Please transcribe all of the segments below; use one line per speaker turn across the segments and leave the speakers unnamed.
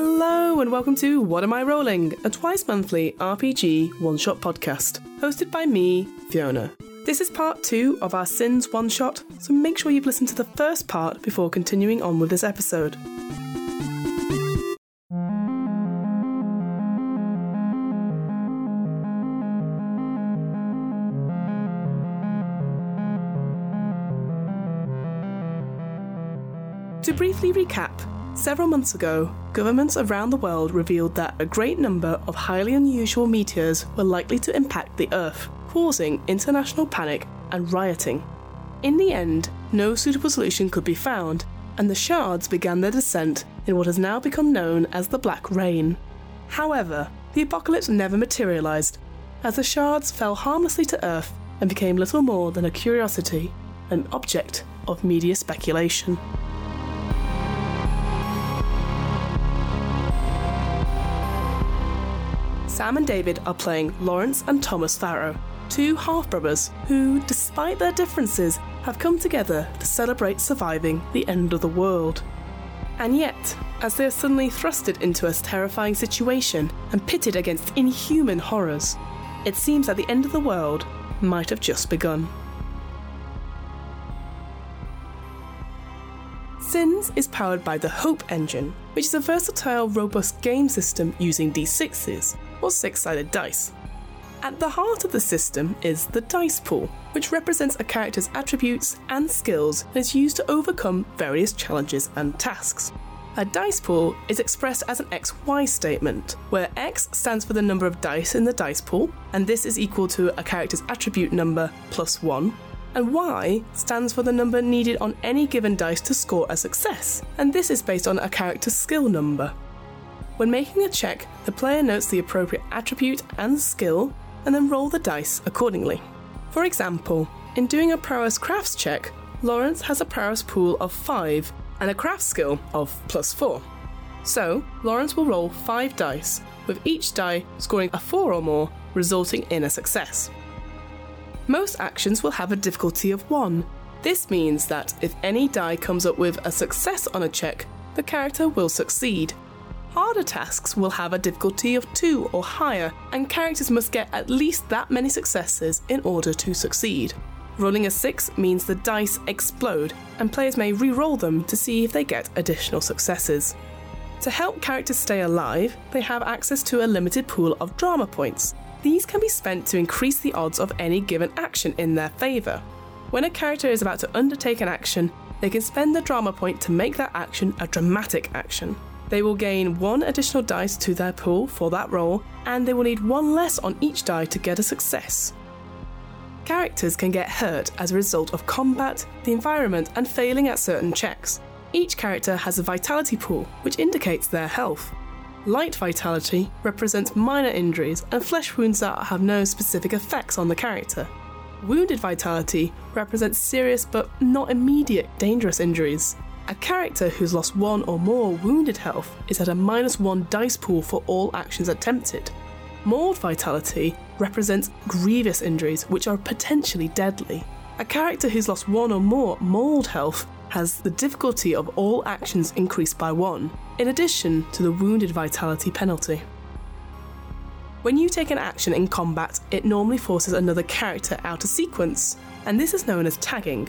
and welcome to What Am I Rolling, a twice monthly RPG one shot podcast, hosted by me, Fiona. This is part two of our Sins one shot, so make sure you've listened to the first part before continuing on with this episode. To briefly recap, several months ago, governments around the world revealed that a great number of highly unusual meteors were likely to impact the Earth, causing international panic and rioting. In the end, no suitable solution could be found, and the shards began their descent in what has now become known as the Black Rain. However, the apocalypse never materialised, as the shards fell harmlessly to Earth and became little more than a curiosity, an object of media speculation. Sam and David are playing Lawrence and Thomas Farrow, two half brothers who, despite their differences, have come together to celebrate surviving the end of the world. And yet, as they are suddenly thrusted into a terrifying situation and pitted against inhuman horrors, it seems that the end of the world might have just begun. Sins is powered by the Hope engine, which is a versatile, robust game system using d6s, or six sided dice. At the heart of the system is the dice pool, which represents a character's attributes and skills and is used to overcome various challenges and tasks. A dice pool is expressed as an XY statement, where X stands for the number of dice in the dice pool, and this is equal to a character's attribute number plus 1, and Y stands for the number needed on any given dice to score a success, and this is based on a character's skill number. When making a check, the player notes the appropriate attribute and skill and then roll the dice accordingly. For example, in doing a prowess crafts check, Lawrence has a prowess pool of 5 and a craft skill of plus 4. So, Lawrence will roll 5 dice, with each die scoring a 4 or more, resulting in a success. Most actions will have a difficulty of 1. This means that if any die comes up with a success on a check, the character will succeed, Harder tasks will have a difficulty of 2 or higher, and characters must get at least that many successes in order to succeed. Rolling a 6 means the dice explode, and players may re roll them to see if they get additional successes. To help characters stay alive, they have access to a limited pool of drama points. These can be spent to increase the odds of any given action in their favour. When a character is about to undertake an action, they can spend the drama point to make that action a dramatic action. They will gain one additional dice to their pool for that roll, and they will need one less on each die to get a success. Characters can get hurt as a result of combat, the environment, and failing at certain checks. Each character has a vitality pool, which indicates their health. Light vitality represents minor injuries and flesh wounds that have no specific effects on the character. Wounded vitality represents serious but not immediate dangerous injuries. A character who's lost one or more wounded health is at a minus one dice pool for all actions attempted. Mauled vitality represents grievous injuries which are potentially deadly. A character who's lost one or more mauled health has the difficulty of all actions increased by one, in addition to the wounded vitality penalty. When you take an action in combat, it normally forces another character out of sequence, and this is known as tagging.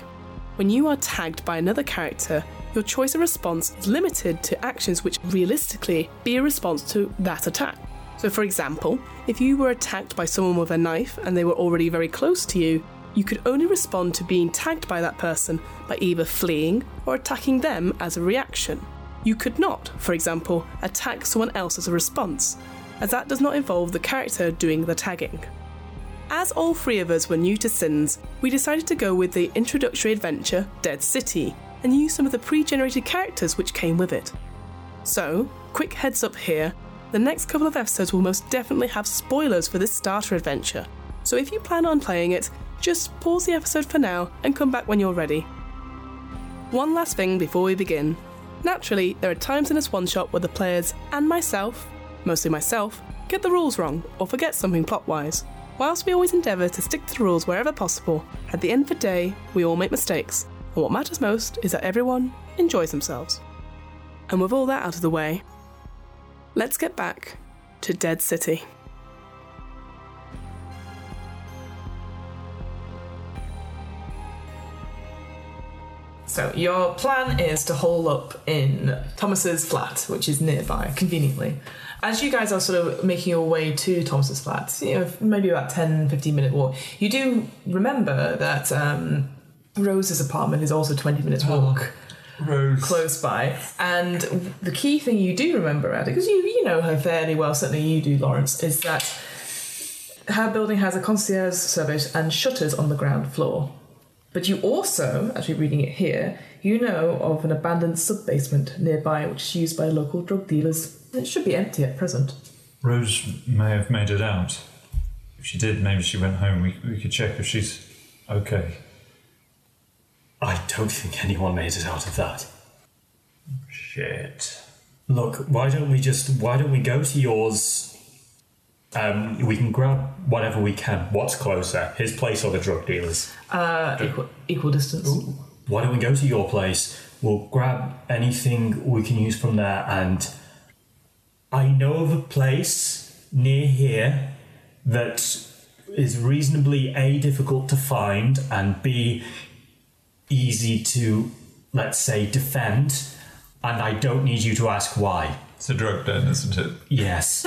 When you are tagged by another character, your choice of response is limited to actions which realistically be a response to that attack. So, for example, if you were attacked by someone with a knife and they were already very close to you, you could only respond to being tagged by that person by either fleeing or attacking them as a reaction. You could not, for example, attack someone else as a response, as that does not involve the character doing the tagging. As all three of us were new to Sins, we decided to go with the introductory adventure Dead City, and use some of the pre generated characters which came with it. So, quick heads up here the next couple of episodes will most definitely have spoilers for this starter adventure. So, if you plan on playing it, just pause the episode for now and come back when you're ready. One last thing before we begin. Naturally, there are times in this one shot where the players and myself, mostly myself, get the rules wrong or forget something plot wise. Whilst we always endeavour to stick to the rules wherever possible, at the end of the day, we all make mistakes, and what matters most is that everyone enjoys themselves. And with all that out of the way, Let's get back to Dead City. So your plan is to hole up in Thomas's flat, which is nearby, conveniently. As you guys are sort of making your way to Thomas's flat, you know, maybe about 10, 15 minute walk, you do remember that um, Rose's apartment is also 20 minutes walk
Rose.
close by. And the key thing you do remember about it, because you you know her fairly well, certainly you do, Lawrence, is that her building has a concierge service and shutters on the ground floor. But you also, as you're reading it here, you know of an abandoned sub basement nearby which is used by local drug dealers. It should be empty at present.
Rose may have made it out. If she did, maybe she went home. We, we could check if she's okay.
I don't think anyone made it out of that.
Shit.
Look, why don't we just why don't we go to yours? Um, we can grab whatever we can. What's closer, his place or the drug dealers?
Uh, equal, equal distance.
Why don't we go to your place? We'll grab anything we can use from there. And I know of a place near here that is reasonably a difficult to find and b easy to let's say defend. And I don't need you to ask why.
It's a drug den, isn't it?
Yes.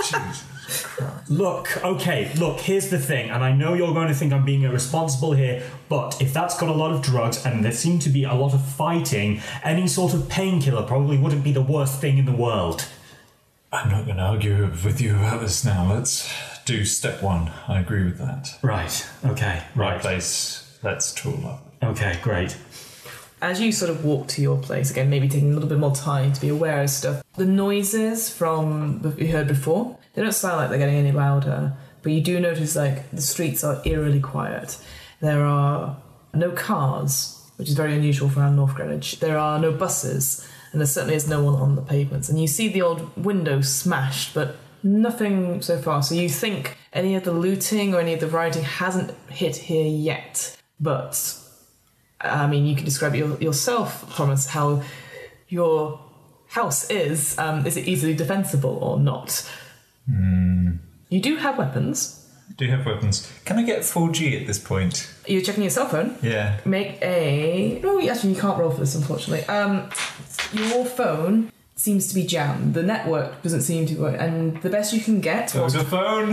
Jesus Christ.
Look, okay, look, here's the thing, and I know you're going to think I'm being irresponsible here, but if that's got a lot of drugs and there seemed to be a lot of fighting, any sort of painkiller probably wouldn't be the worst thing in the world.
I'm not going to argue with you about this now. Let's do step one. I agree with that.
Right, okay,
Right place. Let's tool up.
Okay, great.
As you sort of walk to your place, again, maybe taking a little bit more time to be aware of stuff, the noises from what you heard before, they don't sound like they're getting any louder, but you do notice like the streets are eerily quiet. There are no cars, which is very unusual for our North Greenwich. There are no buses, and there certainly is no one on the pavements. And you see the old window smashed, but nothing so far. So you think any of the looting or any of the rioting hasn't hit here yet, but I mean, you can describe it your, yourself, Thomas, how your house is. Um, is it easily defensible or not? You do have weapons.
Do you have weapons? Can I get 4G at this point?
You're checking your cell phone.
Yeah.
Make a. No, you- actually, you can't roll for this, unfortunately. Um, your phone seems to be jammed. The network doesn't seem to work, and the best you can get
Got
whilst,
a phone.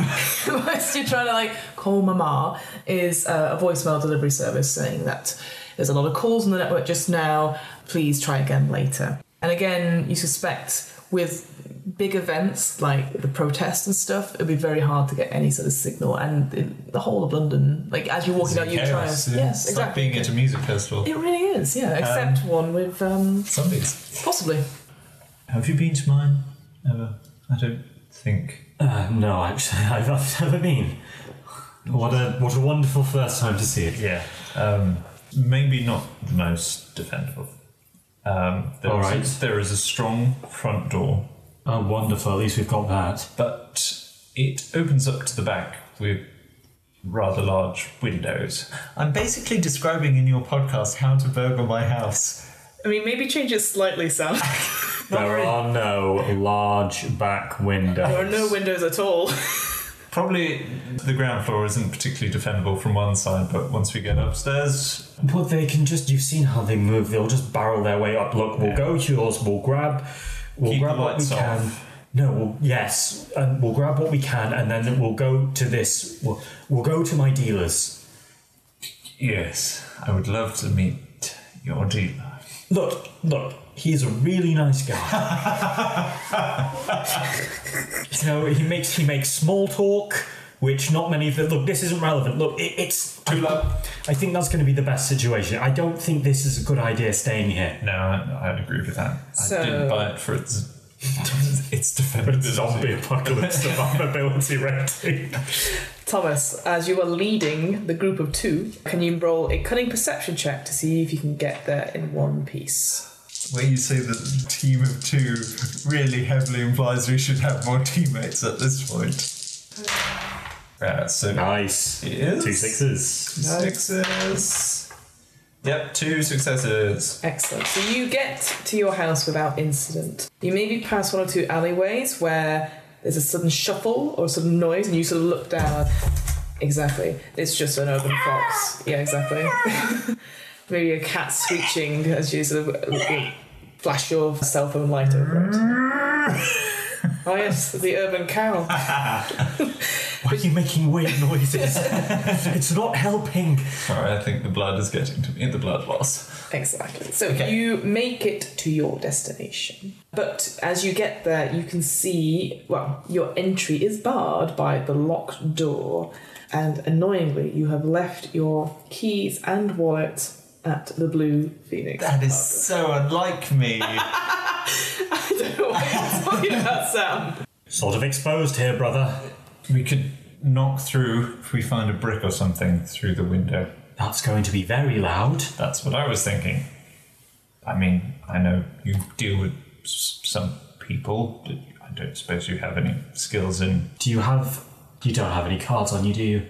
whilst you're trying to like call Mama is uh, a voicemail delivery service saying that there's a lot of calls on the network just now. Please try again later. And again, you suspect with big events like the protests and stuff, it'd be very hard to get any sort of signal. And in the whole of London, like as you're walking out, you try.
Chaos, yeah.
Yes,
it's
exactly.
like being at a Um, music festival.
It really is, yeah. Except one with um,
Zombies.
possibly.
Have you been to mine ever? I don't think.
Uh, no, actually, I've, I've never been. What a what a wonderful first time to see it.
Yeah. Um, maybe not the most defendable. Um, there
All
is a-
right.
there is a strong front door,
Oh, wonderful! At least we've got that.
but it opens up to the back with rather large windows. I'm basically describing in your podcast how to burgle my house.
I mean, maybe change it slightly, Sam.
There are no large back windows.
windows at all.
Probably the ground floor isn't particularly defendable from one side, but once we get upstairs,
But they can just, you've seen how they move, they'll just barrel their way up. Look, we'll
Yeah.
go to yours, we'll grab, we'll
Keep
grab
the
what we
lights
can. No, we'll, yes, and we'll grab what we can, and then we'll go to this, we'll, we'll go to my dealers.
Yes, I would love to meet your dealer.
Look, look, he's a really nice guy. you know, he makes, he makes small talk, which not many of the, look, this isn't relevant. Look, it, it's,
Tool up.
I think that's going to be the best situation. I don't think this is a good idea staying here.
No, I, I agree with that.
So-
I didn't buy it for its its defense.
apocalypse survivability rating.
Thomas, as you are leading the group of two, can you roll a cunning perception check to see if you can get there in one piece?
Where you say that team of two really heavily implies we should have more teammates at this point. Yeah, Uh, so
Nice.
It is.
Two sixes.
sixes. Yep, two successes.
Excellent. So you get to your house without incident. You maybe pass one or two alleyways where there's a sudden shuffle or a sudden noise, and you sort of look down. Exactly. It's just an urban fox. Yeah, exactly. maybe a cat screeching as you sort of flash your cell phone light over it. Oh yes, the urban carol.
Why are you making weird noises? it's not helping.
Sorry, I think the blood is getting to me. The blood loss.
Exactly. So you make it to your destination. But as you get there, you can see well, your entry is barred by the locked door, and annoyingly, you have left your keys and wallet at the Blue Phoenix.
That is so unlike me.
I don't know what you're talking about, Sam.
Sort of exposed here, brother.
we could knock through if we find a brick or something through the window.
That's going to be very loud.
That's what I was thinking. I mean, I know you deal with s- some people. but I don't suppose you have any skills in.
Do you have? You don't have any cards on you, do you?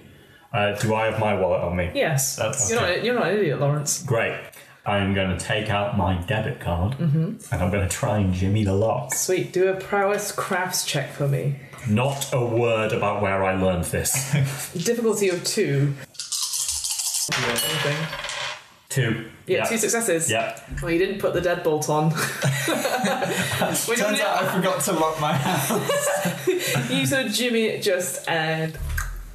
Uh, do I have my wallet on me?
Yes,
That's-
you're not you're not an idiot, Lawrence.
Great. I'm going to take out my debit card and I'm going to try and jimmy the lock.
Sweet. Do a prowess crafts check for me.
Not a word about where I learned this.
Difficulty of two. Something.
two.
Yeah, two successes.
Yeah.
Well, you didn't put the deadbolt on. Which
Turns out I forgot to lock my house.
you sort of jimmy it just and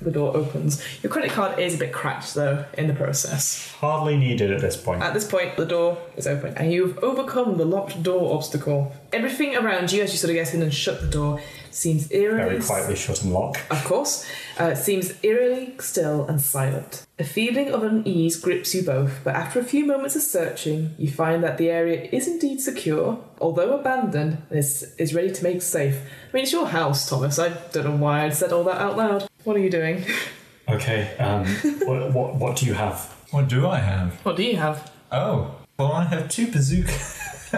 the door opens. Your credit card is a bit cracked though in the process.
Hardly needed at this point.
At this point, the door is open and you've overcome the locked door obstacle. Everything around you as you sort of get in and shut the door seems eerily
Very quietly shut and lock.
Of course, uh, it seems eerily still and silent. A feeling of unease grips you both, but after a few moments of searching, you find that the area is indeed secure, although abandoned, and is, is ready to make safe. I mean, it's your house, Thomas. I don't know why I said all that out loud. What are you doing?
Okay. Um, what, what what do you have?
What do I have?
What do you have?
Oh, well, I have two bazookas.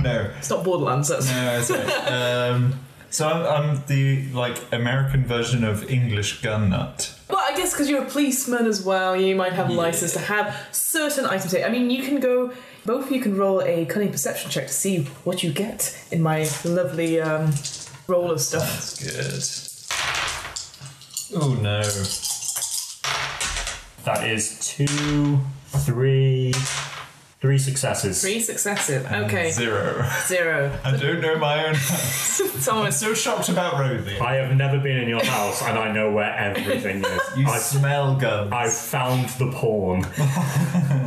no,
It's not Borderlands, that's.
no, sorry. Um, so I'm, I'm the like American version of English gun nut.
Well, I guess because you're a policeman as well, you might have a license to have certain items. here. I mean, you can go. Both of you can roll a cunning perception check to see what you get in my lovely um, roll of stuff.
That's good. Oh no.
That is two, three, three successes.
Three successive. Okay,
Zero.
zero.
I don't know my own. I'm
Thomas,
so shocked about Rosie.
I have never been in your house and I know where everything is.
You
I,
smell guns.
I found the pawn.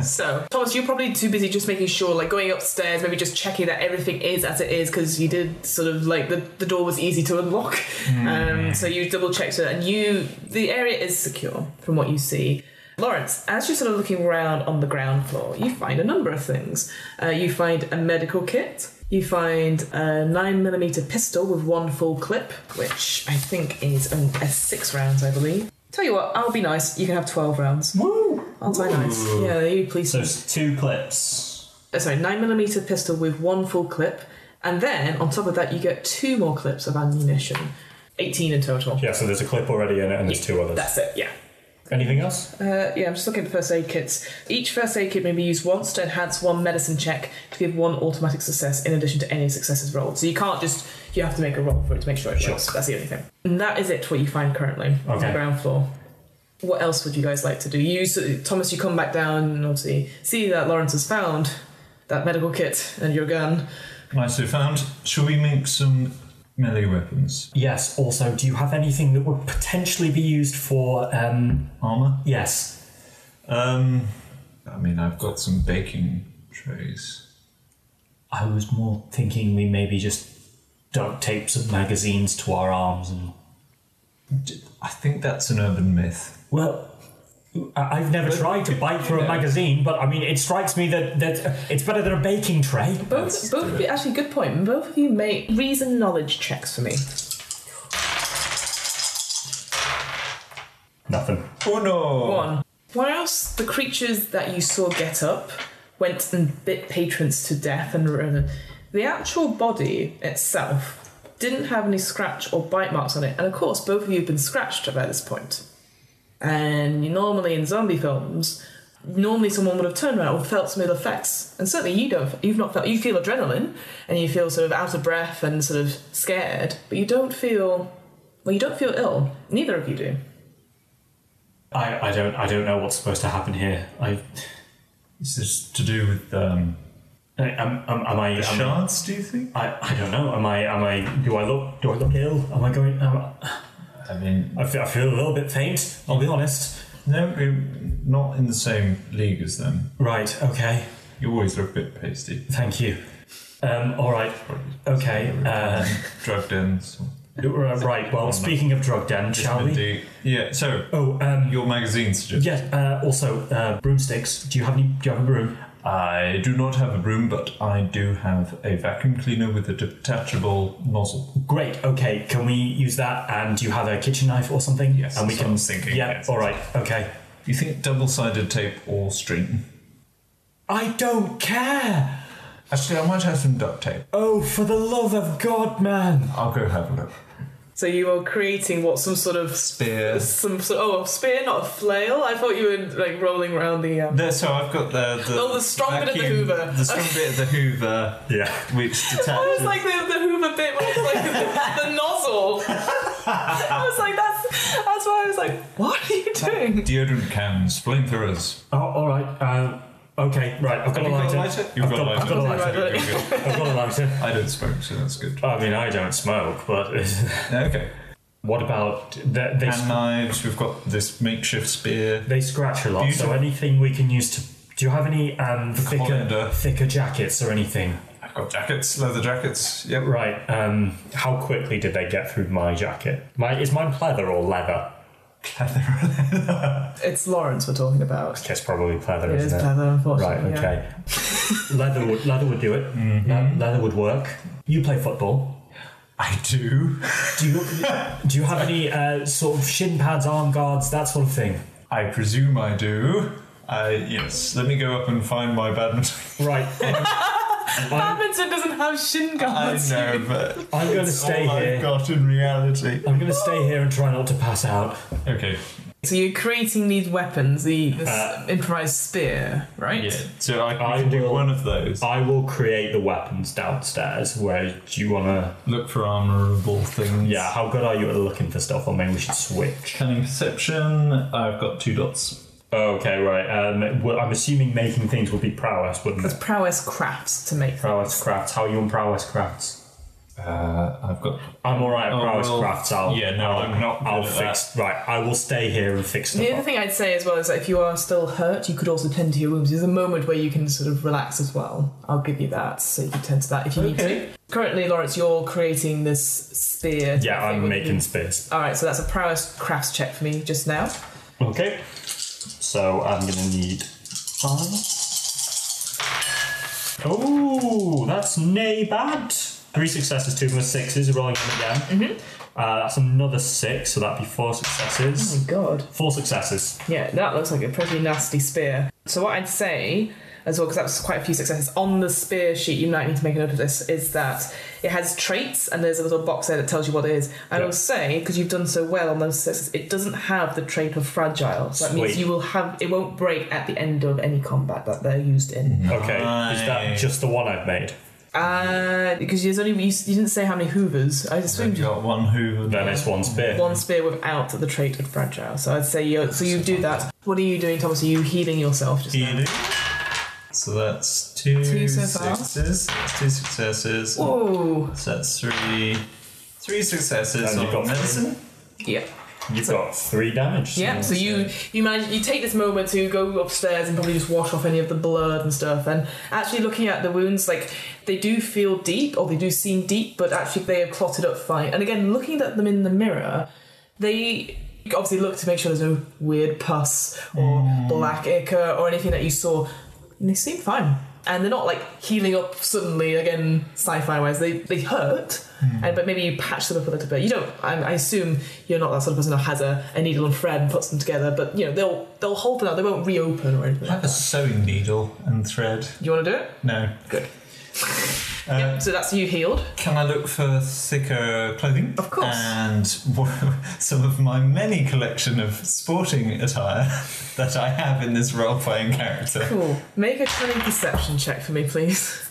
so Thomas, you're probably too busy just making sure, like going upstairs, maybe just checking that everything is as it is, because you did sort of like the, the door was easy to unlock. Um, so you double checked it, and you the area is secure from what you see. Lawrence, as you're sort of looking around on the ground floor, you find a number of things. Uh, you find a medical kit. You find a 9mm pistol with one full clip, which I think is um, uh, six rounds, I believe. Tell you what, I'll be nice. You can have 12 rounds.
Woo!
Aren't I nice? Yeah, you please.
So it's two clips.
uh, sorry, nine millimeter pistol with one full clip, and then on top of that, you get two more clips of ammunition, eighteen in total.
Yeah, so there's a clip already in it and there's two others.
That's it. Yeah.
Anything else?
Uh, yeah, I'm just looking at the first aid kits. Each first aid kit may be used once to enhance one medicine check to give one automatic success in addition to any successes rolled. So you can't just, you have to make a roll for it to make sure it works. That's the only thing. And that is it, what you find currently on the
Okay.
ground floor. What else would you guys like to do? You, so, Thomas, you come back down and obviously see that Lawrence has found that medical kit and your gun.
Nicely found. Shall we make some melee weapons?
Yes, also, do you have anything that would potentially be used for, um,
Armor?
yes.
Um, I mean, I've got some baking trays.
I was more thinking we maybe just duct tape some magazines to our arms and.
D- I think that's an urban myth.
Well, I- I've never tried to bite through a magazine, but I mean, it strikes me that, that it's better than a baking tray.
Both, both of you, actually, good point. Both of you make reason knowledge checks for me.
Nothing.
Oh no!
One. Whilst the creatures that you saw get up went and bit patrons to death and run, the actual body itself didn't have any scratch or bite marks on it. And of course, both of you have been scratched by this point. And normally in zombie films, normally someone would have turned around or felt some of the effects. And certainly you don't. You've not felt. You feel adrenaline and you feel sort of out of breath and sort of scared, but you don't feel. Well, you don't feel ill. Neither of you do.
I, I don't I don't know what's supposed to happen here. I,
Is this to do with um,
I am, am, am I
the
am-
shards, do you think?
I, I don't know. Am I am I do I look do I look ill? Am I going? Am I,
I mean,
I, feel, I feel a little bit faint. I'll be honest.
no, it- not in the same league as them.
Right. Okay.
You always look a bit pasty.
Thank you. Um, all right.
Probably
Okay. Uh,
drugged in. so-
right. Well, speaking of drug den, shall we?
Do- Yeah, so
Oh, um,
your magazine suggests.
yeah. Uh, also, uh, broomsticks. Do you have any? Do you have a broom?
I do not have a broom, but I do have a vacuum cleaner with a detachable nozzle.
Great. Okay. Can we use that? And do you have a kitchen knife or something?
Yes,
And we
that's
can.
what I was thinking,
Yeah.
yes.
All right. Okay.
Do you think double sided tape or string?
I don't care.
Actually, I might have some duct tape.
Oh, for the love of God, man!
I'll go have a look.
So you are creating what some sort of
Spear.
some sort oh a spear, not a flail. I thought you were like rolling around the. Um,
No, so I've got the. the
Oh, the strong bit of the
vacuum-
Hoover.
The strong bit of the Hoover,
Yeah.
which detaches.
I was like the, the Hoover bit, where it's like the, the nozzle. I was like, that's that's why I was like, what are you doing?
Deodorant cans, flamethrowers.
Oh, all right. Uh, okay. Right. I've got
Oh,
a lighter.
You've
I've
got,
got- I've got a
a lighter.
lighter.
Good, good, good.
I've got a lighter.
I don't smoke, so that's good.
I mean, I don't smoke, but
Okay.
what about they? They,
Hand knives, we've got this makeshift spear.
they scratch a lot. So
Beautiful.
anything we can use to. Do you have any um, thicker
colander.
thicker jackets or anything?
I've got jackets, leather jackets. Yep.
Right. Um, how quickly did they get through my jacket? My is mine pleather or leather?
It's Lawrence we're talking about.
It's probably pleather,
It is
isn't it?
leather,
Right.
unfortunately. yeah.
Okay. leather would leather would do it.
Mm-hmm.
Le- leather would work. You play football.
I do.
Do you do you have any uh, sort of shin pads, arm guards, that sort of thing?
I presume I do. I yes. Let me go up and find my badminton.
Right. I'm,
Badminton doesn't have shin
I
guards.
know, but
I'm going to
it's
stay
all
here.
I've got in reality.
I'm going to stay here and try not to pass out.
Okay.
So you're creating these weapons, the this
Uh,
improvised spear, right?
Yeah. So I,
I
can do
will-
one of those.
I will create the weapons downstairs. Where do you want to?
Look for armorable things.
Yeah. How good are you at looking for stuff? Or maybe we should switch.
Cunning perception. I've got two dots.
Okay. Right. Um, well, I'm assuming making things would be prowess, wouldn't it?
Prowess crafts to make.
Prowess crafts. How are you on prowess crafts?
Uh, I've got.
I'm all right at
Oh,
prowess
well,
crafts. I'll,
yeah, no,
I'll-
I'm not
I'll
good at
fix. Right. I will stay here and fix stuff.
The
up.
other thing I'd say as well is that if you are still hurt, you could also tend to your wounds. There's a moment where you can sort of relax as well. I'll give you that, so you can tend to that if you need to.
Okay.
Currently, Lawrence, you're creating this spear.
Yeah,
thing
I'm
with
making
you.
space.
All right, so that's a prowess crafts check for me just now.
Okay. So I'm gonna need five. Oh, that's nay bad. Three successes, two more sixes, rolling them again. Mm-hmm. Uh, that's another six, so that'd be four successes.
God.
Four successes.
Yeah, that looks like a pretty nasty spear. So what I'd say as well, because that was quite a few successes on the spear sheet, you might need to make a note of this, is that it has traits and there's a little box there that tells you what it is. And I
Yeah.
will say, because you've done so well on those successes, it doesn't have the trait of fragile. So that means
Sweet.
you will have it won't break at the end of any combat that they're used in.
Okay, is that
Nice.
just the one I've made?
Uh, because there's only you, you didn't say how many hoovers. I
I've
assumed you
got one hoover.
Then it's one spear.
one spear without the trait of fragile. So I'd say you so you do that. What are you doing, Thomas? Are you healing yourself just now?
Healing. So that's two,
Two so far.
successes. That's two successes.
Whoa.
So that's three. Three successes
And you've
on
got-
medicine.
Yeah.
You've got three damage.
Yeah. So you you manage you take this moment to go upstairs and probably just wash off any of the blood and stuff. And actually looking at the wounds, like they do feel deep or they do seem deep, but actually they have clotted up fine. And again, looking at them in the mirror, they obviously look to make sure there's no weird pus or black ichor or anything that you saw. And they seem fine. And they're not like healing up suddenly again, sci-fi wise. They they hurt, and, but maybe you patch them up a little bit. You don't. I, I assume you're not that sort of person who has a, a needle and thread and puts them together. But you know they'll they'll hold them out. They won't reopen or anything.
I have a sewing needle and thread.
You want to do it?
No.
Good.
Uh,
yep. So that's you healed.
Can I look for thicker clothing?
Of course.
And some of my many collection of sporting attire that I have in this role playing character.
Cool. Make a cunning deception check for me, please.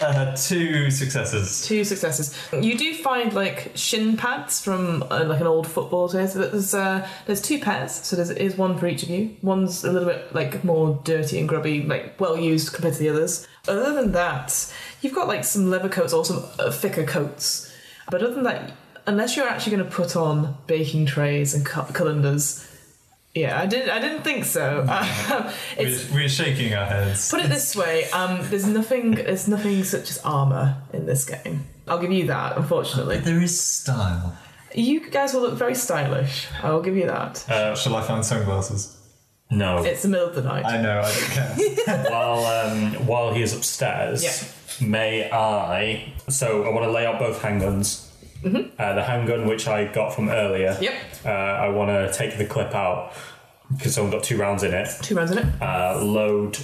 Uh, two successes.
Two successes. You do find like shin pads from uh, like an old football. So there's there's, uh, there's two pairs. So there's is one for each of you. One's a little bit like more dirty and grubby, like well used compared to the others. Other than that, you've got like some leather coats or some uh, thicker coats. But other than that, unless you're actually going to put on baking trays and cu- calendars, yeah, I didn't. I didn't think so.
We're,
it's,
we're shaking our heads.
Put it this way, um, there's nothing, there's nothing such as armor in this game. I'll give you that. Unfortunately,
There is style.
you guys will look very stylish. I will give you that.
Uh, Shall I find sunglasses?
No.
It's the middle of the night.
I know, I don't care.
while um, while he is upstairs, may I? So I want to lay out both handguns. Uh, the handgun which I got from earlier.
Mm-hmm. Yep.
Uh, I want to take the clip out because someone got two rounds in it.
Two rounds in it.
Uh, load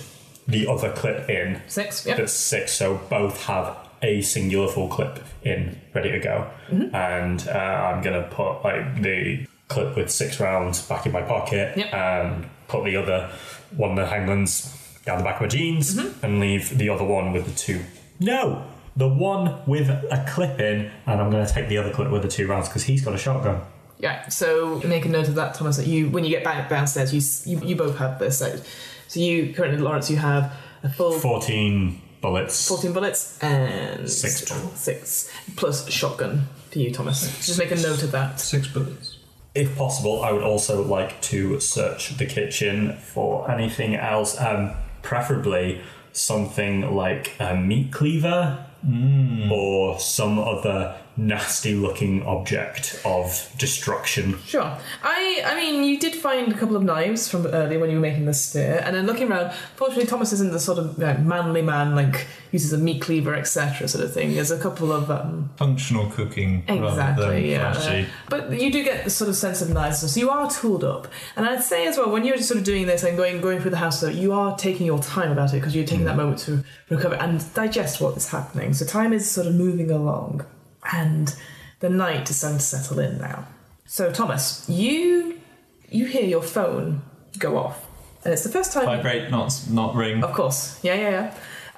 the other clip in.
Six. Yep.
That's six. So both have a singular full clip in, ready to go.
Mm-hmm.
And uh, I'm gonna put like the clip with six rounds back in my pocket
Yep.
and put the other one of the handguns down the back of my jeans
Mm-hmm.
and leave the other one with the two. No, the one with a clip in, and I'm gonna take the other clip with the two rounds because he's got a shotgun.
Yeah. So make a note of that, Thomas. That you, when you get back downstairs, you s- you, you both have this. So, so you currently, Lawrence, you have a full
Fourteen bullets.
14 bullets and
Six total.
six plus shotgun for you, Thomas. Just make a note of that.
Six bullets.
If possible, I would also like to search the kitchen for anything else, um, preferably something like a meat cleaver Hmm. or some other nasty looking object of destruction.
Sure. I I mean, you did find a couple of knives from earlier when you were making the steer, and then looking around. Fortunately, Thomas isn't the sort of like, manly man like uses a meat cleaver, etc. sort of thing. There's a couple of um,
Functional cooking rather than
exactly, yeah.
flashy.
But you do get the sort of sense of knives, so you are tooled up. And I'd say as well when you're sort of doing this and going going through the house, though, you are taking your time about it because you're taking
Mm.
that moment to recover and digest what is happening. So time is sort of moving along, and the night is starting to settle in now. So Thomas, you you hear your phone go off, and it's the first time.
Vibrate, not, not ring.
Of course. Yeah, yeah, yeah.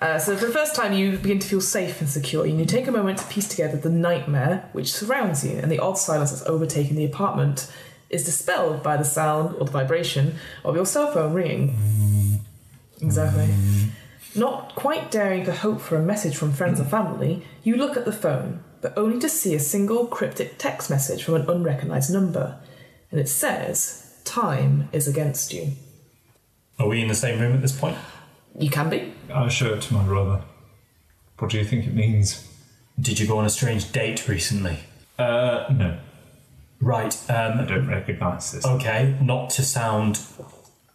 Uh, so for the first time, you begin to feel safe and secure, and you take a moment to piece together the nightmare which surrounds you, and the odd silence that's overtaken the apartment is dispelled by the sound or the vibration of your cell phone ringing. Exactly. Not quite daring to hope for a message from friends or family, you look at the phone, but only to see a single cryptic text message from an unrecognised number, and it says, "Time is against you."
Are we in the same room at this point?
You can be.
I'll show it to my brother. What do you think it means?
Did you go on a strange date recently?
Uh, no.
Right,
I
um,
don't recognise this.
okay, not to sound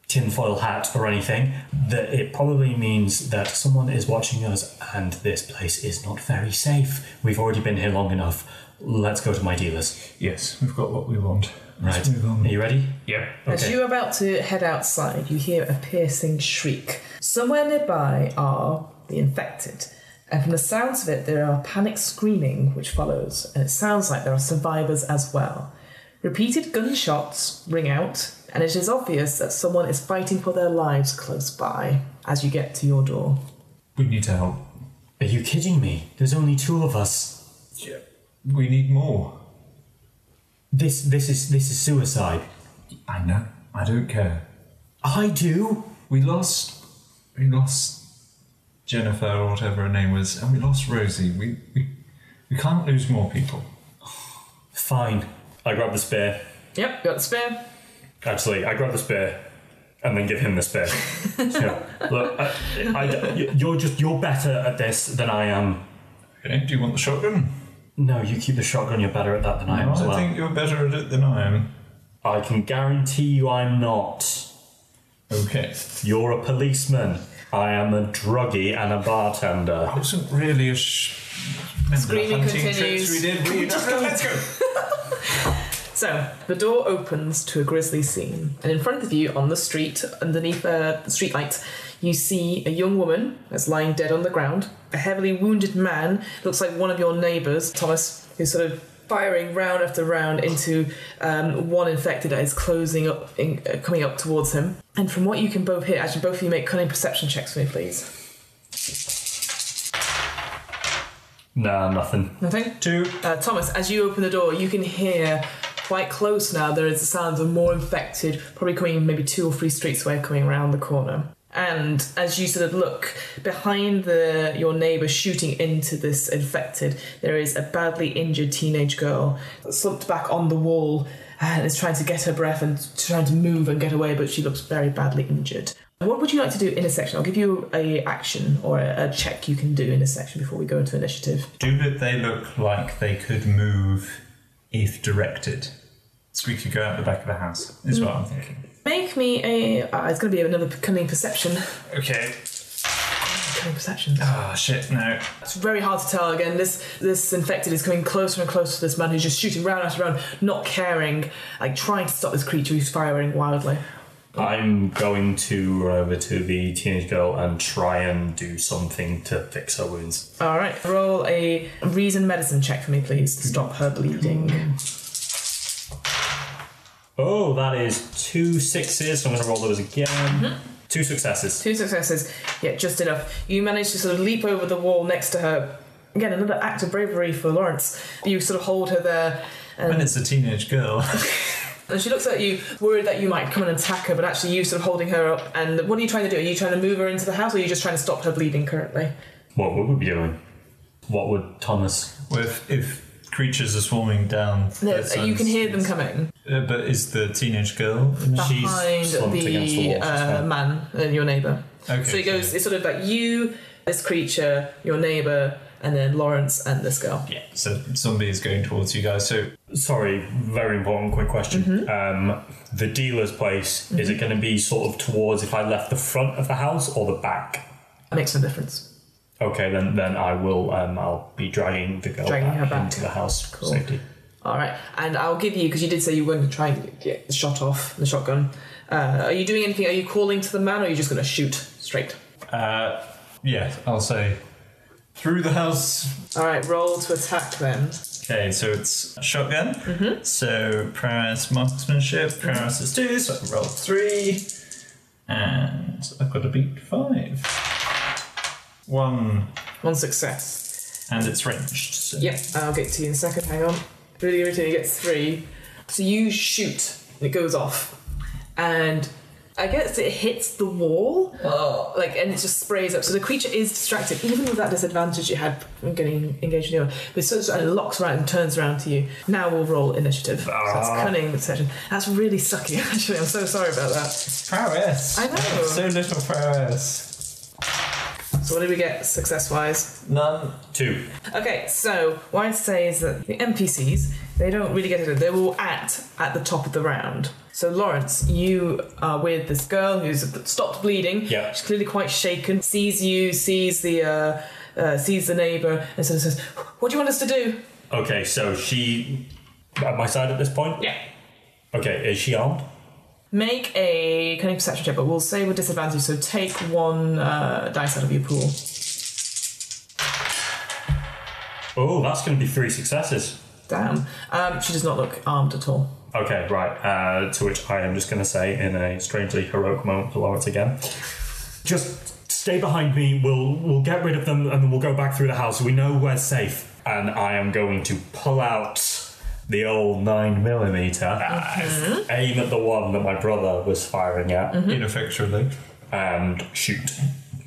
tinfoil hat or anything, that it probably means that someone is watching us and this place is not very safe. We've already been here long enough. Let's go to my dealers.
Yes, we've got what we want.
Right.
Let's move
Are
on.
you ready?
Yep.
As
Okay.
you are about to head outside, you hear a piercing shriek. Somewhere nearby are the infected, and from the sounds of it, there are panic screaming which follows, and it sounds like there are survivors as well. Repeated gunshots ring out, and it is obvious that someone is fighting for their lives close by as you get to your door.
We need to help.
Are you kidding me? There's only two of us.
We need more.
This this is this is suicide.
I know. I don't care.
I do.
We lost. We lost Jennifer or whatever her name was, and we lost Rosie. We we, we can't lose more people.
Fine. I grab the spear.
Yep, got the spear.
Actually, I grab the spear and then give him the spear. yeah. Look, I, I- you're just you're better at this than I am.
Okay, do you want the shotgun?
No, you keep the shotgun. You're better at that than I am as well.
I think you're better at it than I am.
I can guarantee you I'm not.
Okay.
You're a policeman. I am a druggie and a bartender.
That wasn't really a sh-
Screaming
hunting trips
continues.
We did. We just go. Let's go.
So, the door opens to a grisly scene, and in front of you on the street, underneath uh, the streetlight, you see a young woman that's lying dead on the ground, a heavily wounded man, looks like one of your neighbours, Thomas, who's sort of firing round after round into um, one infected that is closing up, in, uh, coming up towards him. And from what you can both hear, actually, both of you make cunning perception checks for me, please.
Nah, nothing.
Nothing.
Two.
Uh, Thomas, as you open the door, you can hear quite close now there is the sounds of more infected, probably coming maybe two or three streets away, coming around the corner. And as you sort of look behind the your neighbour shooting into this infected, there is a badly injured teenage girl slumped back on the wall and is trying to get her breath and trying to move and get away, but she looks very badly injured. What would you like to do in a section? I'll give you a action or a, a check you can do in a section before we go into initiative.
Do that they look like they could move if directed? So we could go out the back of the house, is what I'm thinking.
Make me a. Uh, it's going to be another cunning perception.
Okay.
Cunning perception.
Ah, shit, no.
It's very hard to tell. Again, this this infected is coming closer and closer to this man who's just shooting round after round, not caring, like trying to stop this creature who's firing wildly.
I'm going to run over to the teenage girl and try and do something to fix her wounds.
All right, roll a reason medicine check for me, please, to stop her bleeding.
Oh, that is two sixes. So I'm going to roll those again. Two successes.
Two successes. Yeah, just enough. You manage to sort of leap over the wall next to her. Again, another act of bravery for Lawrence. You sort of hold her there.
When it's a teenage girl,
And she looks at you, worried that you might come and attack her, but actually you sort of holding her up. And what are you trying to do? Are you trying to move her into the house, or are you just trying to stop her bleeding currently?
What would we be doing? What would Thomas?
if, if creatures are swarming down.
No,
both
you can
sides,
hear them coming
Uh, but is the teenage girl?
She's
behind
slumped against the
the,
wall. she's
uh,
fine.
man, uh, your neighbour.
Okay,
so he goes,
so-
it's sort of like you, this creature, your neighbour, and then Lawrence and this girl.
Yeah. So somebody is going towards you guys. So
Sorry, very important quick question.
Mm-hmm.
Um, the dealer's place, is it going to be sort of towards if I left the front of the house or the back?
It makes no difference.
Okay, then then I will. Um, I'll be dragging the girl
Dragging
back
her back.
into the house for
Cool.
safety.
All right, and I'll give you because you did say you were going to try and get the shot off the shotgun. Uh, are you doing anything? Are you calling to the man, or are you just going to shoot straight?
uh, yeah, I'll say through the house.
All right, roll to attack then.
Okay, so it's shotgun.
Mm-hmm.
So prowess marksmanship. Prowess is two, so I can roll three, and I've got to beat five. One,
One success.
and it's ranged. So.
Yep, I'll get to you in a second. Hang on. Really irritating. You get three. So you shoot, and it goes off, and I guess it hits the wall. Oh. Like, and it just sprays up. So the creature is distracted, even with that disadvantage you had from getting engaged in the other. But so so it locks around and turns around to you. Now we'll roll initiative. So that's cunning session. That's really sucky. Actually, I'm so sorry about that.
Prowess.
I know.
So little prowess.
So what did we get success wise?
None.
Two.
Okay, so what I'd say is that the NPCs they don't really get it. They're all at at the top of the round. So Lawrence, you are with this girl who's stopped bleeding.
Yeah.
she's clearly quite shaken. Sees you, sees the uh, uh, sees the neighbour, and so says, "What do you want us to do?"
Okay, so she at my side at this point.
Yeah.
Okay, is she armed?
Make a cunning perception check, but we'll say with disadvantage. So take one uh, dice out of your pool.
Oh, that's going to be three successes.
Damn. Um, she does not look armed at all.
Okay, right. Uh, to which I am just going to say in a strangely heroic moment to Lawrence again. Just stay behind me. We'll we'll get rid of them and then we'll go back through the house. We know we're safe. And I am going to pull out the old nine millimeter,
Uh-huh.
aim at the one that my brother was firing at,
Mm-hmm.
Ineffectually.
and shoot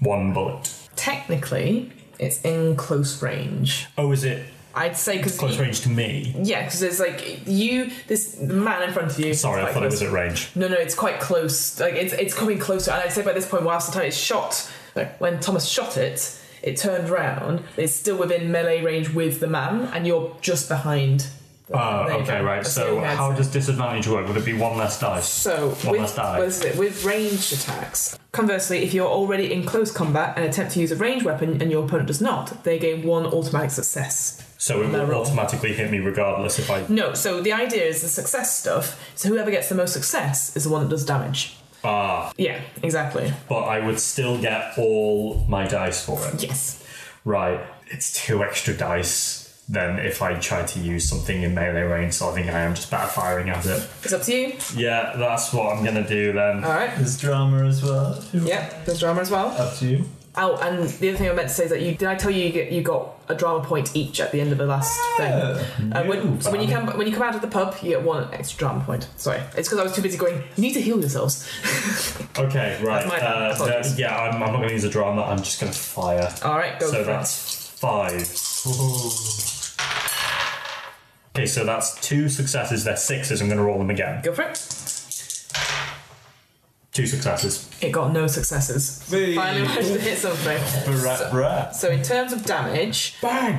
one bullet.
Technically, it's in close range.
Oh, is it
I'd say because
close range to me?
Yeah, because there's like you, this man in front of you.
Sorry, I
Quite
thought it was
close.
at range.
No, no, it's quite close. Like it's it's coming closer, and I'd say by this point, whilst the target is shot, like, when Thomas shot it, it turned round. It's still within melee range with the man, and you're just behind. the
Oh,
neighbour.
okay, right.
That's
So
the only
how
outside.
does disadvantage work? Would it be one less dice?
So
one
with,
less die.
what is it? with ranged attacks. Conversely, if you're already in close combat and attempt to use a ranged weapon and your opponent does not, they gain one automatic success.
So it will
Barrel.
automatically hit me regardless if I.
No, so the idea is the success stuff. So whoever gets the most success is the one that does damage.
Ah,
Yeah, exactly.
but I would still get all my dice for it.
Yes.
Right, it's two extra dice. than if I tried to use something in melee range. So I think I am just better firing at it.
It's up to you.
Yeah, that's what I'm gonna do then.
All right.
There's drama as well.
Yep. There's drama as well.
Up to you.
Oh, and the other thing I meant to say is that you did I tell you you, get, you got a drama point each at the end of the last thing. Uh, when, so when you come when you come out of the pub, you get one extra drama point. Sorry, it's because I was too busy going. You need to heal yourselves.
Okay, right.
That's my-
uh,
that's what it
that-
is.
yeah, I'm, I'm not gonna use a drama. I'm just gonna fire.
All right, Uh, go. for
so
it.
that's five. Okay, so that's two successes. They're sixes. I'm gonna roll them again.
Go for it.
Two successes.
It got no successes.
Hey.
Finally managed to hit something.
Brat, brat.
So in terms of damage,
Bang!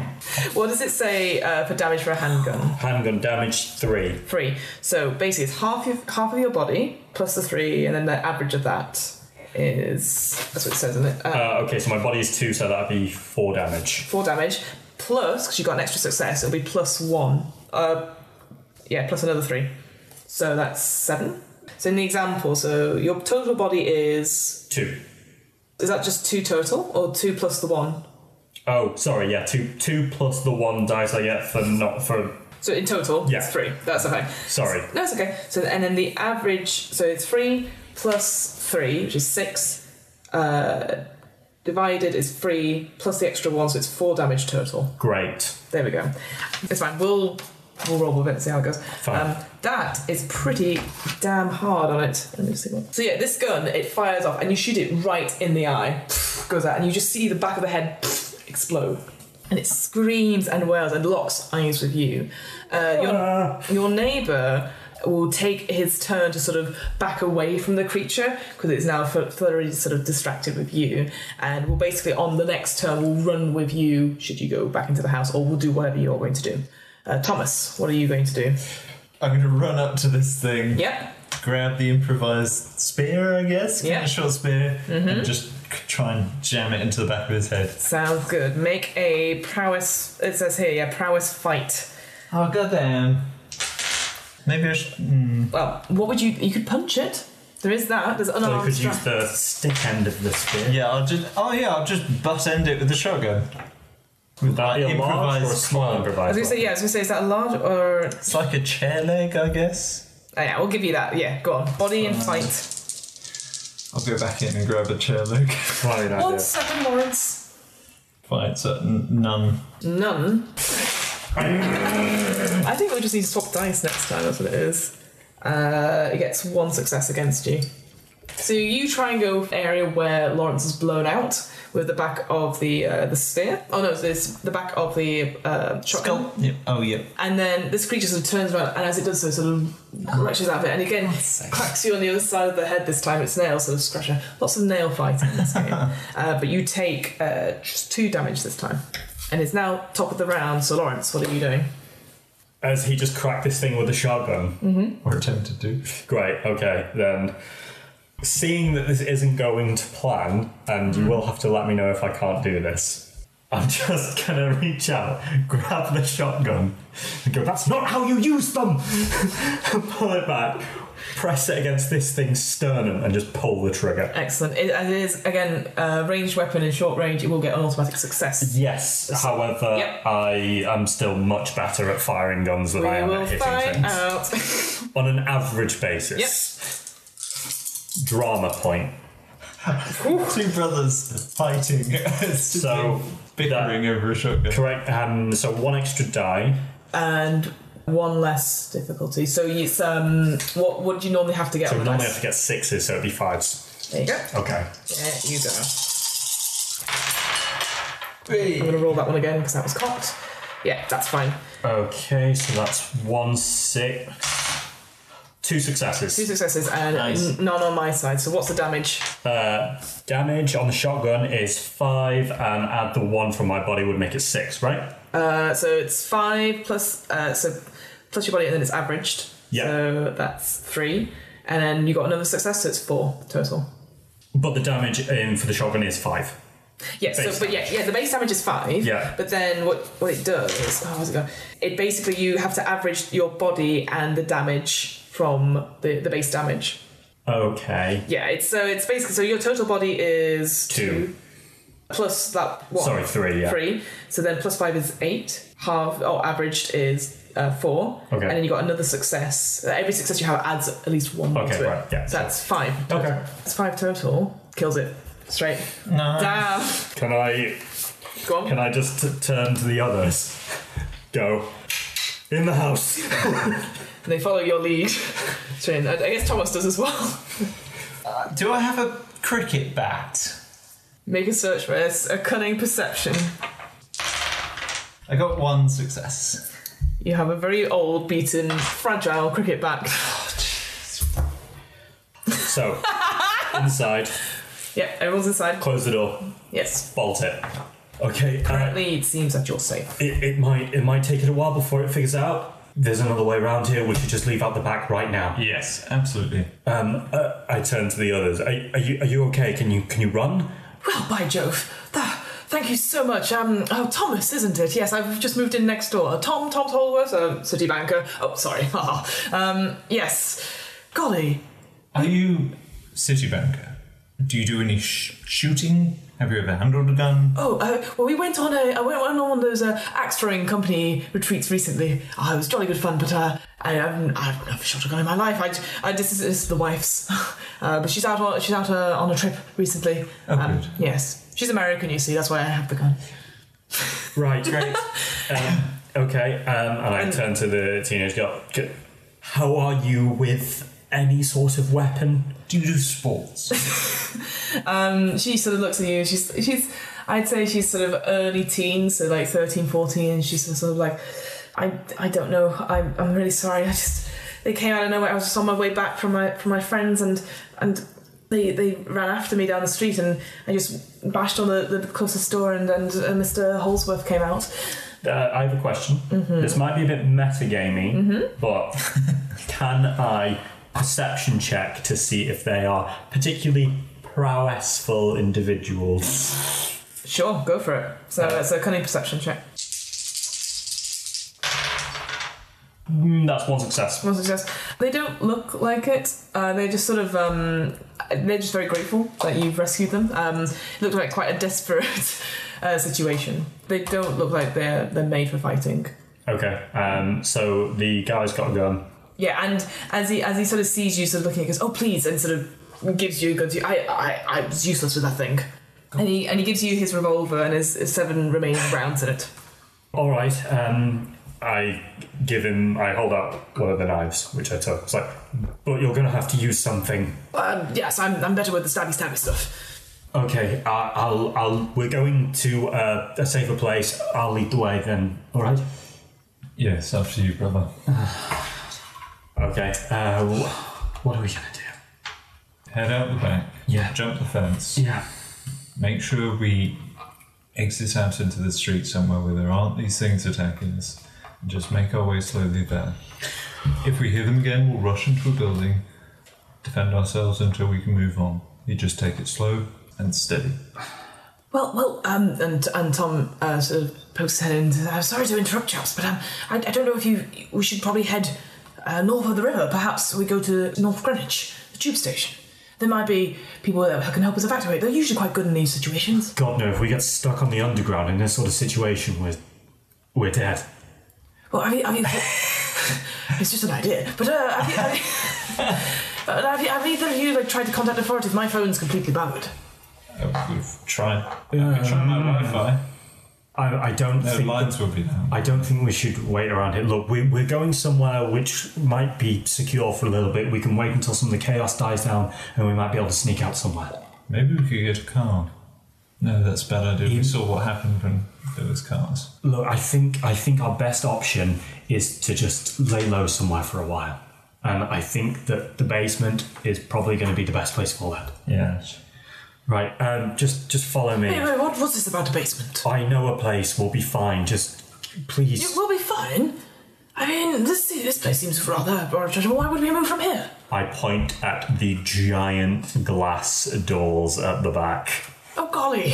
what does it say uh, for damage for a handgun?
Handgun damage three.
Three. So basically, it's half your, half of your body plus the three, and then the average of that is that's what it says, isn't it? Uh,
Uh, okay, so my body is two, so that'd be four damage.
four damage plus because you got an extra success it'll be plus one uh yeah plus another three so that's seven so in the example so your total body is
Two.
is that just two total or two plus the one
Oh, sorry, yeah, two two plus the one dice I get for not for.
so in total
Yeah.
it's three that's okay
Sorry.
no it's okay so and then the average so it's three plus three which is six uh divided is three plus the extra one so it's four damage total
Great.
There we go. It's fine. We'll we'll roll with it and see how it goes. Um,
Fine.
that is pretty damn hard on it. Let me see what. So yeah, this gun it fires off and you shoot it right in the eye. Goes out and you just see the back of the head explode. And it screams and wails and locks eyes with you. Uh, your your neighbour will take his turn to sort of back away from the creature because it's now fu- thoroughly sort of distracted with you and will basically on the next turn will run with you should you go back into the house or will do whatever you're going to do. Uh, Thomas, what are you going to do?
I'm going to run up to this thing,
Yep.
grab the improvised spear, I guess,
Yeah. Mm-hmm.
a short spear, and just c- try and jam it into the back of his head.
Sounds good. Make a prowess. It says here, yeah, prowess fight.
Oh, goddamn. Maybe I should.
Well, what would you? You could punch it. There is that. There's
So you
unarmed
could use
strike.
the stick end of the spear.
Yeah, I'll just. Oh, yeah, I'll just butt end it with the shotgun.
Would that be a large
Improvised
or a small
club.
I was
improvised?
gonna say yeah. I was gonna say is that a large or? Uh,
It's like a chair leg, I guess.
yeah, we'll give you that. Yeah, go on. Body
Uh,
and fight.
I'll go back in and grab a chair leg.
Probably an idea.
One second, Lawrence.
Fine, so n- none.
None. I think we just need to swap dice next time. That's what it is. Uh, it gets one success against you. So you try and go area where Lawrence is blown out with the back of the uh, the spear. Oh no, this the back of the uh, shotgun.
Skull. Yep. Oh, yep.
And then this creature sort of turns around, and as it does so, sort of rushes out of it, and again cracks you on the other side of the head. This time, its nails sort of scratching. Lots of nail fighting in this game, uh, but you take uh, just two damage this time, and it's now top of the round. So Lawrence, what are you doing?
As he just cracked this thing with a shotgun.
Or attempted to.
Great, okay, then. Seeing that this isn't going to plan, and
Mm.
you will have to let me know if I can't do this, I'm just gonna reach out, grab the shotgun, and go, that's not how you use them! and pull it back, press it against this thing's sternum, and just pull the trigger.
Excellent. It, it is again a ranged weapon in short range. It will get an automatic success.
Yes, however,
Yep.
I am still much better at firing guns than I
We
am
will
at hitting
find
things.
out.
On an average basis. Drama point.
Two brothers fighting. It's just
So,
bickering over a shotgun.
Correct. Um, so one extra die.
and one less difficulty. So it's um, what what do you normally have to get?
So
on
we
the
normally
dice?
have to get sixes, so it'd be fives.
There you go.
Okay.
There you go. I'm gonna roll that one again because that was cocked. Yeah, that's fine.
Okay, so that's one six. Two
Two
successes.
successes and
Nice.
n- none on my side. So what's the damage?
Uh, damage on the shotgun is five, and add the one from my body would make it six, right?
Uh, so it's five plus uh, so plus your body and then it's averaged.
Yeah.
So that's three, and then you got another success, so it's four total.
But the damage um, for the shotgun is five.
Yeah, so,
Base
but yeah,
damage.
yeah, the base damage is five.
Yeah.
But then what what it does? Oh, how's it going? It basically you have to average your body and the damage from the, the base damage.
Okay.
Yeah, it's so it's basically so your total body is
Two.
plus that what?
Sorry, three, yeah.
Three. So then plus five is eight. Half or averaged is uh, four.
Okay.
And then you got another success. Uh, Every success you have adds at least one
Okay,
to it.
right, yeah.
So that's five.
Okay.
That's five total. Kills it straight.
No.
Damn.
Can I
Go on.
can I just t- turn to the others? Go. In the house.
And they follow your lead. Straight. in. I I guess Thomas does as well.
Do I have a cricket bat?
Make a search for it. It's a cunning perception.
I got one success.
You have a very old, beaten, fragile cricket bat.
So inside.
Yep, everyone's inside.
Close the door.
Yes.
Bolt it. Okay. Uh,
Currently, it seems that you're safe.
it, it might it might take it a while before it figures out. There's another way around here. We could just leave out the back right now.
Yes, absolutely.
Um, uh, I turn to the others. Are, are you are you okay? Can you can you run?
Well, by Jove. Th- thank you so much. Um, oh, Thomas, isn't it? Yes, I've just moved in next door. Tom, Tom Tolworth, um, city banker. Oh, sorry. Haha. um, yes. Golly.
Are you city banker? Do you do any sh- shooting? Have you ever handled a gun?
Oh, uh, well, we went on a I went on one of those uh, axe throwing company retreats recently. Oh, it was jolly good fun, but uh, I haven't I've never shot a gun in my life. I, j- I- this, is, this is the wife's, uh, but she's out on she's out uh, on a trip recently. Um,
Oh, good.
Yes, she's American, you see. That's why I have the gun.
Right. Great. um, okay. Um, and I turn to the teenage girl. "G- How are you with any sort of weapon?
Do you do sports?
Um, she sort of looks at you. She's she's I'd say she's sort of early teens, so like 13, 14, and she's sort of like, I I don't know. I'm I'm really sorry. I just they came out of nowhere. I was just on my way back from my from my friends and and. They, they ran after me down the street and I just bashed on the, the closest store and, and uh, Mr. Holsworth came out.
Uh, I have a question. This might be a bit metagamey, but can I perception check to see if they are particularly prowessful individuals?
Sure, go for it. So it's a cunning perception check.
Mm, That's one success.
One success. They don't look like it. Uh, they're just sort of. Um, they're just very grateful that you've rescued them. Um, it looked like quite a desperate uh, situation. They don't look like they're they're made for fighting.
Okay, um, so the guy's got a gun.
Yeah, and as he as he sort of sees you sort of looking, he goes, "Oh please," and sort of gives you a gun. To you. I I I was useless with that thing. And he and he gives you his revolver and his, his seven remaining rounds in it.
All right, um, I give him. I hold out one of the knives, which I took. It's like, but you're gonna have to use something.
Um, yes, I'm I'm better with the stabby stabby stuff.
Okay, I, I'll. I'll. We're going to uh, a safer place. I'll lead the way then. All right.
yes, after you, brother.
Okay. Uh, wh- what are we gonna do?
Head out the back.
Yeah.
Jump the fence.
Yeah.
Make sure we exit out into the street somewhere where there aren't these things attacking us. And just make our way slowly there. If we hear them again, we'll rush into a building, defend ourselves until we can move on. You just take it slow and steady.
Well, well, um, and and Tom uh, sort of pokes his head in. I'm sorry to interrupt, chaps, but um, I, I don't know if you. We should probably head uh, north of the river. Perhaps we go to North Greenwich, the tube station. There might be people there who can help us evacuate. They're usually quite good in these situations.
God no! If we get stuck on the underground in this sort of situation, we're we're dead.
Well, have you? Have you it's just an idea. But uh, have, you, have, you, but have, you, have either of you like tried to contact authorities? My phone's completely buggered.
Uh, We've tried. I could try my Wi-Fi.
I, I don't
No
Uh, think
lines will be down.
I don't think we should wait around here. Look, we, we're going somewhere which might be secure for a little bit. We can wait until some of the chaos dies down and we might be able to sneak out somewhere.
Maybe we could get a car. No, that's a bad idea. We saw what happened when there was cars.
Look, I think I think our best option is to just lay low somewhere for a while. And I think that the basement is probably going to be the best place for that.
Yeah.
Right, um, just just follow
Wait,
me.
wait, what was this about the basement?
I know a place. We'll be fine. Just
You
please.
will be fine. I mean, this this place seems rather arbitrary. Why would we move from here?
I point at the giant glass doors at the back.
Oh golly,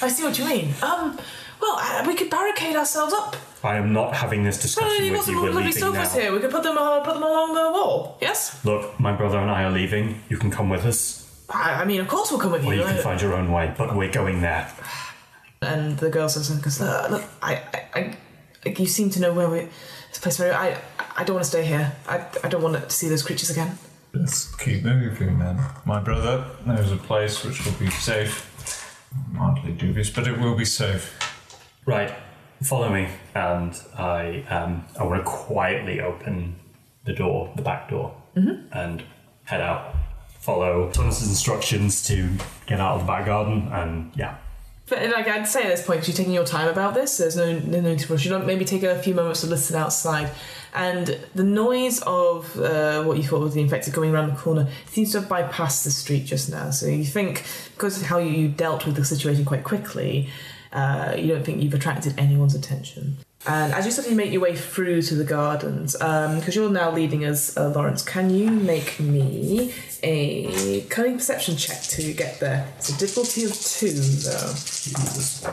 I see what you mean. Um, well, uh, we could barricade ourselves up.
I am not having this
Well,
discussion
you've got
with
some
you. We're
lovely
leaving now.
sofas here. We could put them uh, put them along the wall. Yes.
Look, my brother and I are leaving. You can come with us.
I, I mean, of course we'll come with
Or
you.
you can
I-
find your own way, but we're going there.
and the girl says, "Because uh, look, I, I, I, like, you seem to know where we, this place where I, I don't want to stay here. I, I don't want to see those creatures again."
Let's keep moving then. My brother knows a place which will be safe. Hardly dubious, but it will be safe.
Right, follow me, and I um, I want to quietly open the door, the back door,
Mm-hmm.
and head out. Follow Thomas's instructions to get out of the back garden, and yeah,
But like I'd say at this point, 'cause you're taking your time about this. There's no, no need to rush. You don't maybe take a few moments to listen outside, and the noise of uh, what you thought was the infected coming around the corner seems to have bypassed the street just now. So you think because of how you dealt with the situation quite quickly, uh, you don't think you've attracted anyone's attention. And as you suddenly make your way through to the gardens, because you're now leading us, uh, Lawrence, can you make me a cunning perception check to get there? It's a difficulty of two, though.
Jesus.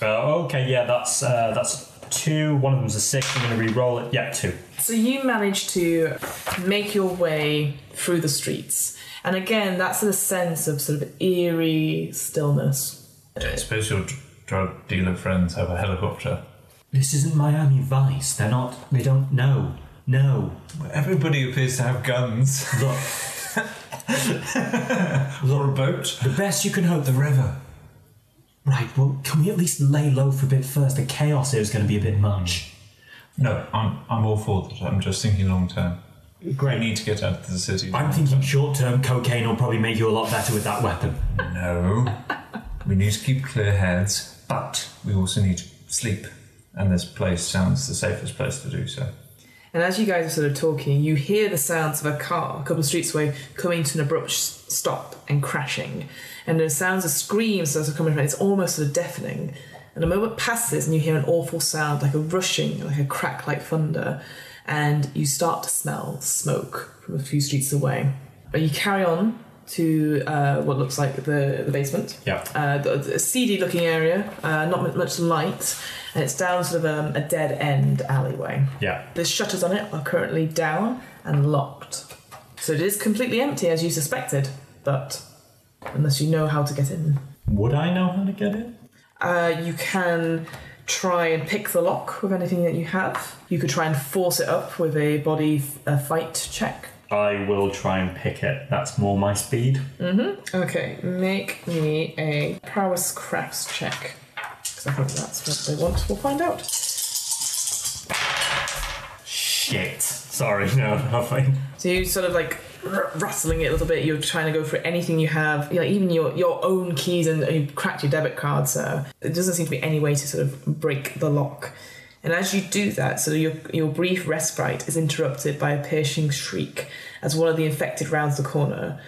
Uh, okay, yeah, that's uh, that's two. One of them's a six. I'm gonna re-roll it. Yeah, two.
So you manage to make your way through the streets. And again, that's the sense of sort of eerie stillness.
I suppose your dr- drug dealer friends have a helicopter.
This isn't Miami Vice. They're not. They don't know. No.
Everybody appears to have guns.
Look,
Or a boat.
the best you can hope. The river. Right. Well, can we at least lay low for a bit first? The chaos here is going to be a bit much.
No, I'm, I'm all for that. I'm just thinking long term. I
Great.
need to get out of the city.
I'm thinking short-term cocaine will probably make you a lot better with that weapon.
No. We need to keep clear heads, but we also need to sleep. And this place sounds the safest place to do so.
And as you guys are sort of talking, you hear the sounds of a car a couple of streets away coming to an abrupt s- stop and crashing. And the sounds of screams that are coming from it. It's almost sort of deafening. And a moment passes and you hear an awful sound, like a rushing, like a crack like thunder. And you start to smell smoke from a few streets away. But you carry on to uh, what looks like the, the basement
Yeah.
uh, th- th- a seedy looking area, uh, not mu- much light, and it's down sort of um, a dead end alleyway.
Yeah.
The shutters on it are currently down and locked. So it is completely empty as you suspected, but unless you know how to get in,
Would I know how to get in?
uh, you can try and pick the lock with anything that you have. You could try and force it up with a body f- a fight check.
I will try and pick it. That's more my speed.
Okay, make me a prowess crafts check. Because I think that's what they want. We'll find out.
Shit. Sorry. No, nothing.
So you sort of like r- rustling it a little bit. You're trying to go for anything you have, you know, even your your own keys, and you cracked your debit card. So there doesn't seem to be any way to sort of break the lock. And as you do that, so your your brief respite is interrupted by a piercing shriek as one of the infected rounds the corner.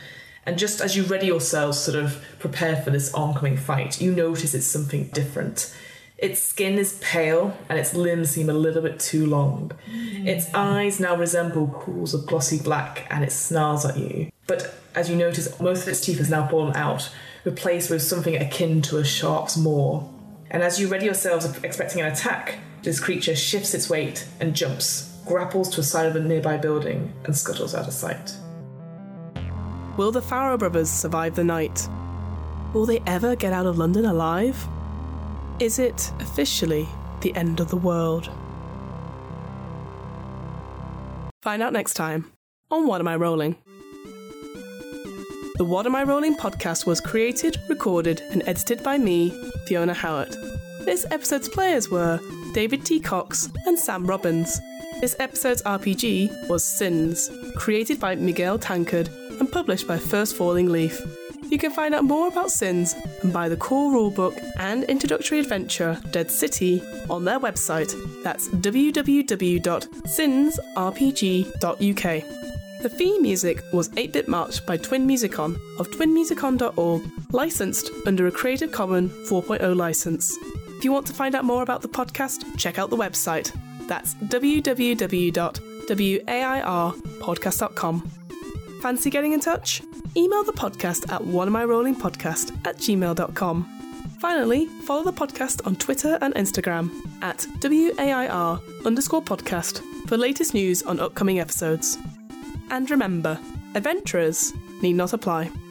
And just as you ready yourselves, sort of prepare for this oncoming fight, you notice it's something different. Its skin is pale and its limbs seem a little bit too long. Its eyes now resemble pools of glossy black and it snarls at you. But as you notice, most of its teeth has now fallen out, replaced with something akin to a shark's maw. And as you ready yourselves expecting an attack, this creature shifts its weight and jumps, grapples to a side of a nearby building, and scuttles out of sight.
Will the Farrow brothers survive the night? Will they ever get out of London alive? Is it officially the end of the world? Find out next time on What Am I Rolling? The What Am I Rolling podcast was created, recorded, and edited by me, Fiona Howard. This episode's players were David T. Cox and Sam Robbins. This episode's RPG was Sins, created by Miguel Tankard and published by First Falling Leaf. You can find out more about Sins and buy the core rulebook and introductory adventure Dead City on their website. That's www.sinsrpg.uk. The theme music was 8 Bit March by Twin Musicon of twinmusicon.org, licensed under a Creative Commons 4.0 license. If you want to find out more about the podcast, check out the website. That's www.wairpodcast.com. Fancy getting in touch? Email the podcast at whatamirollingpodcast at gmail.com. Finally, follow the podcast on Twitter and Instagram at WAIR underscore podcast for latest news on upcoming episodes. And remember, adventurers,
need not apply.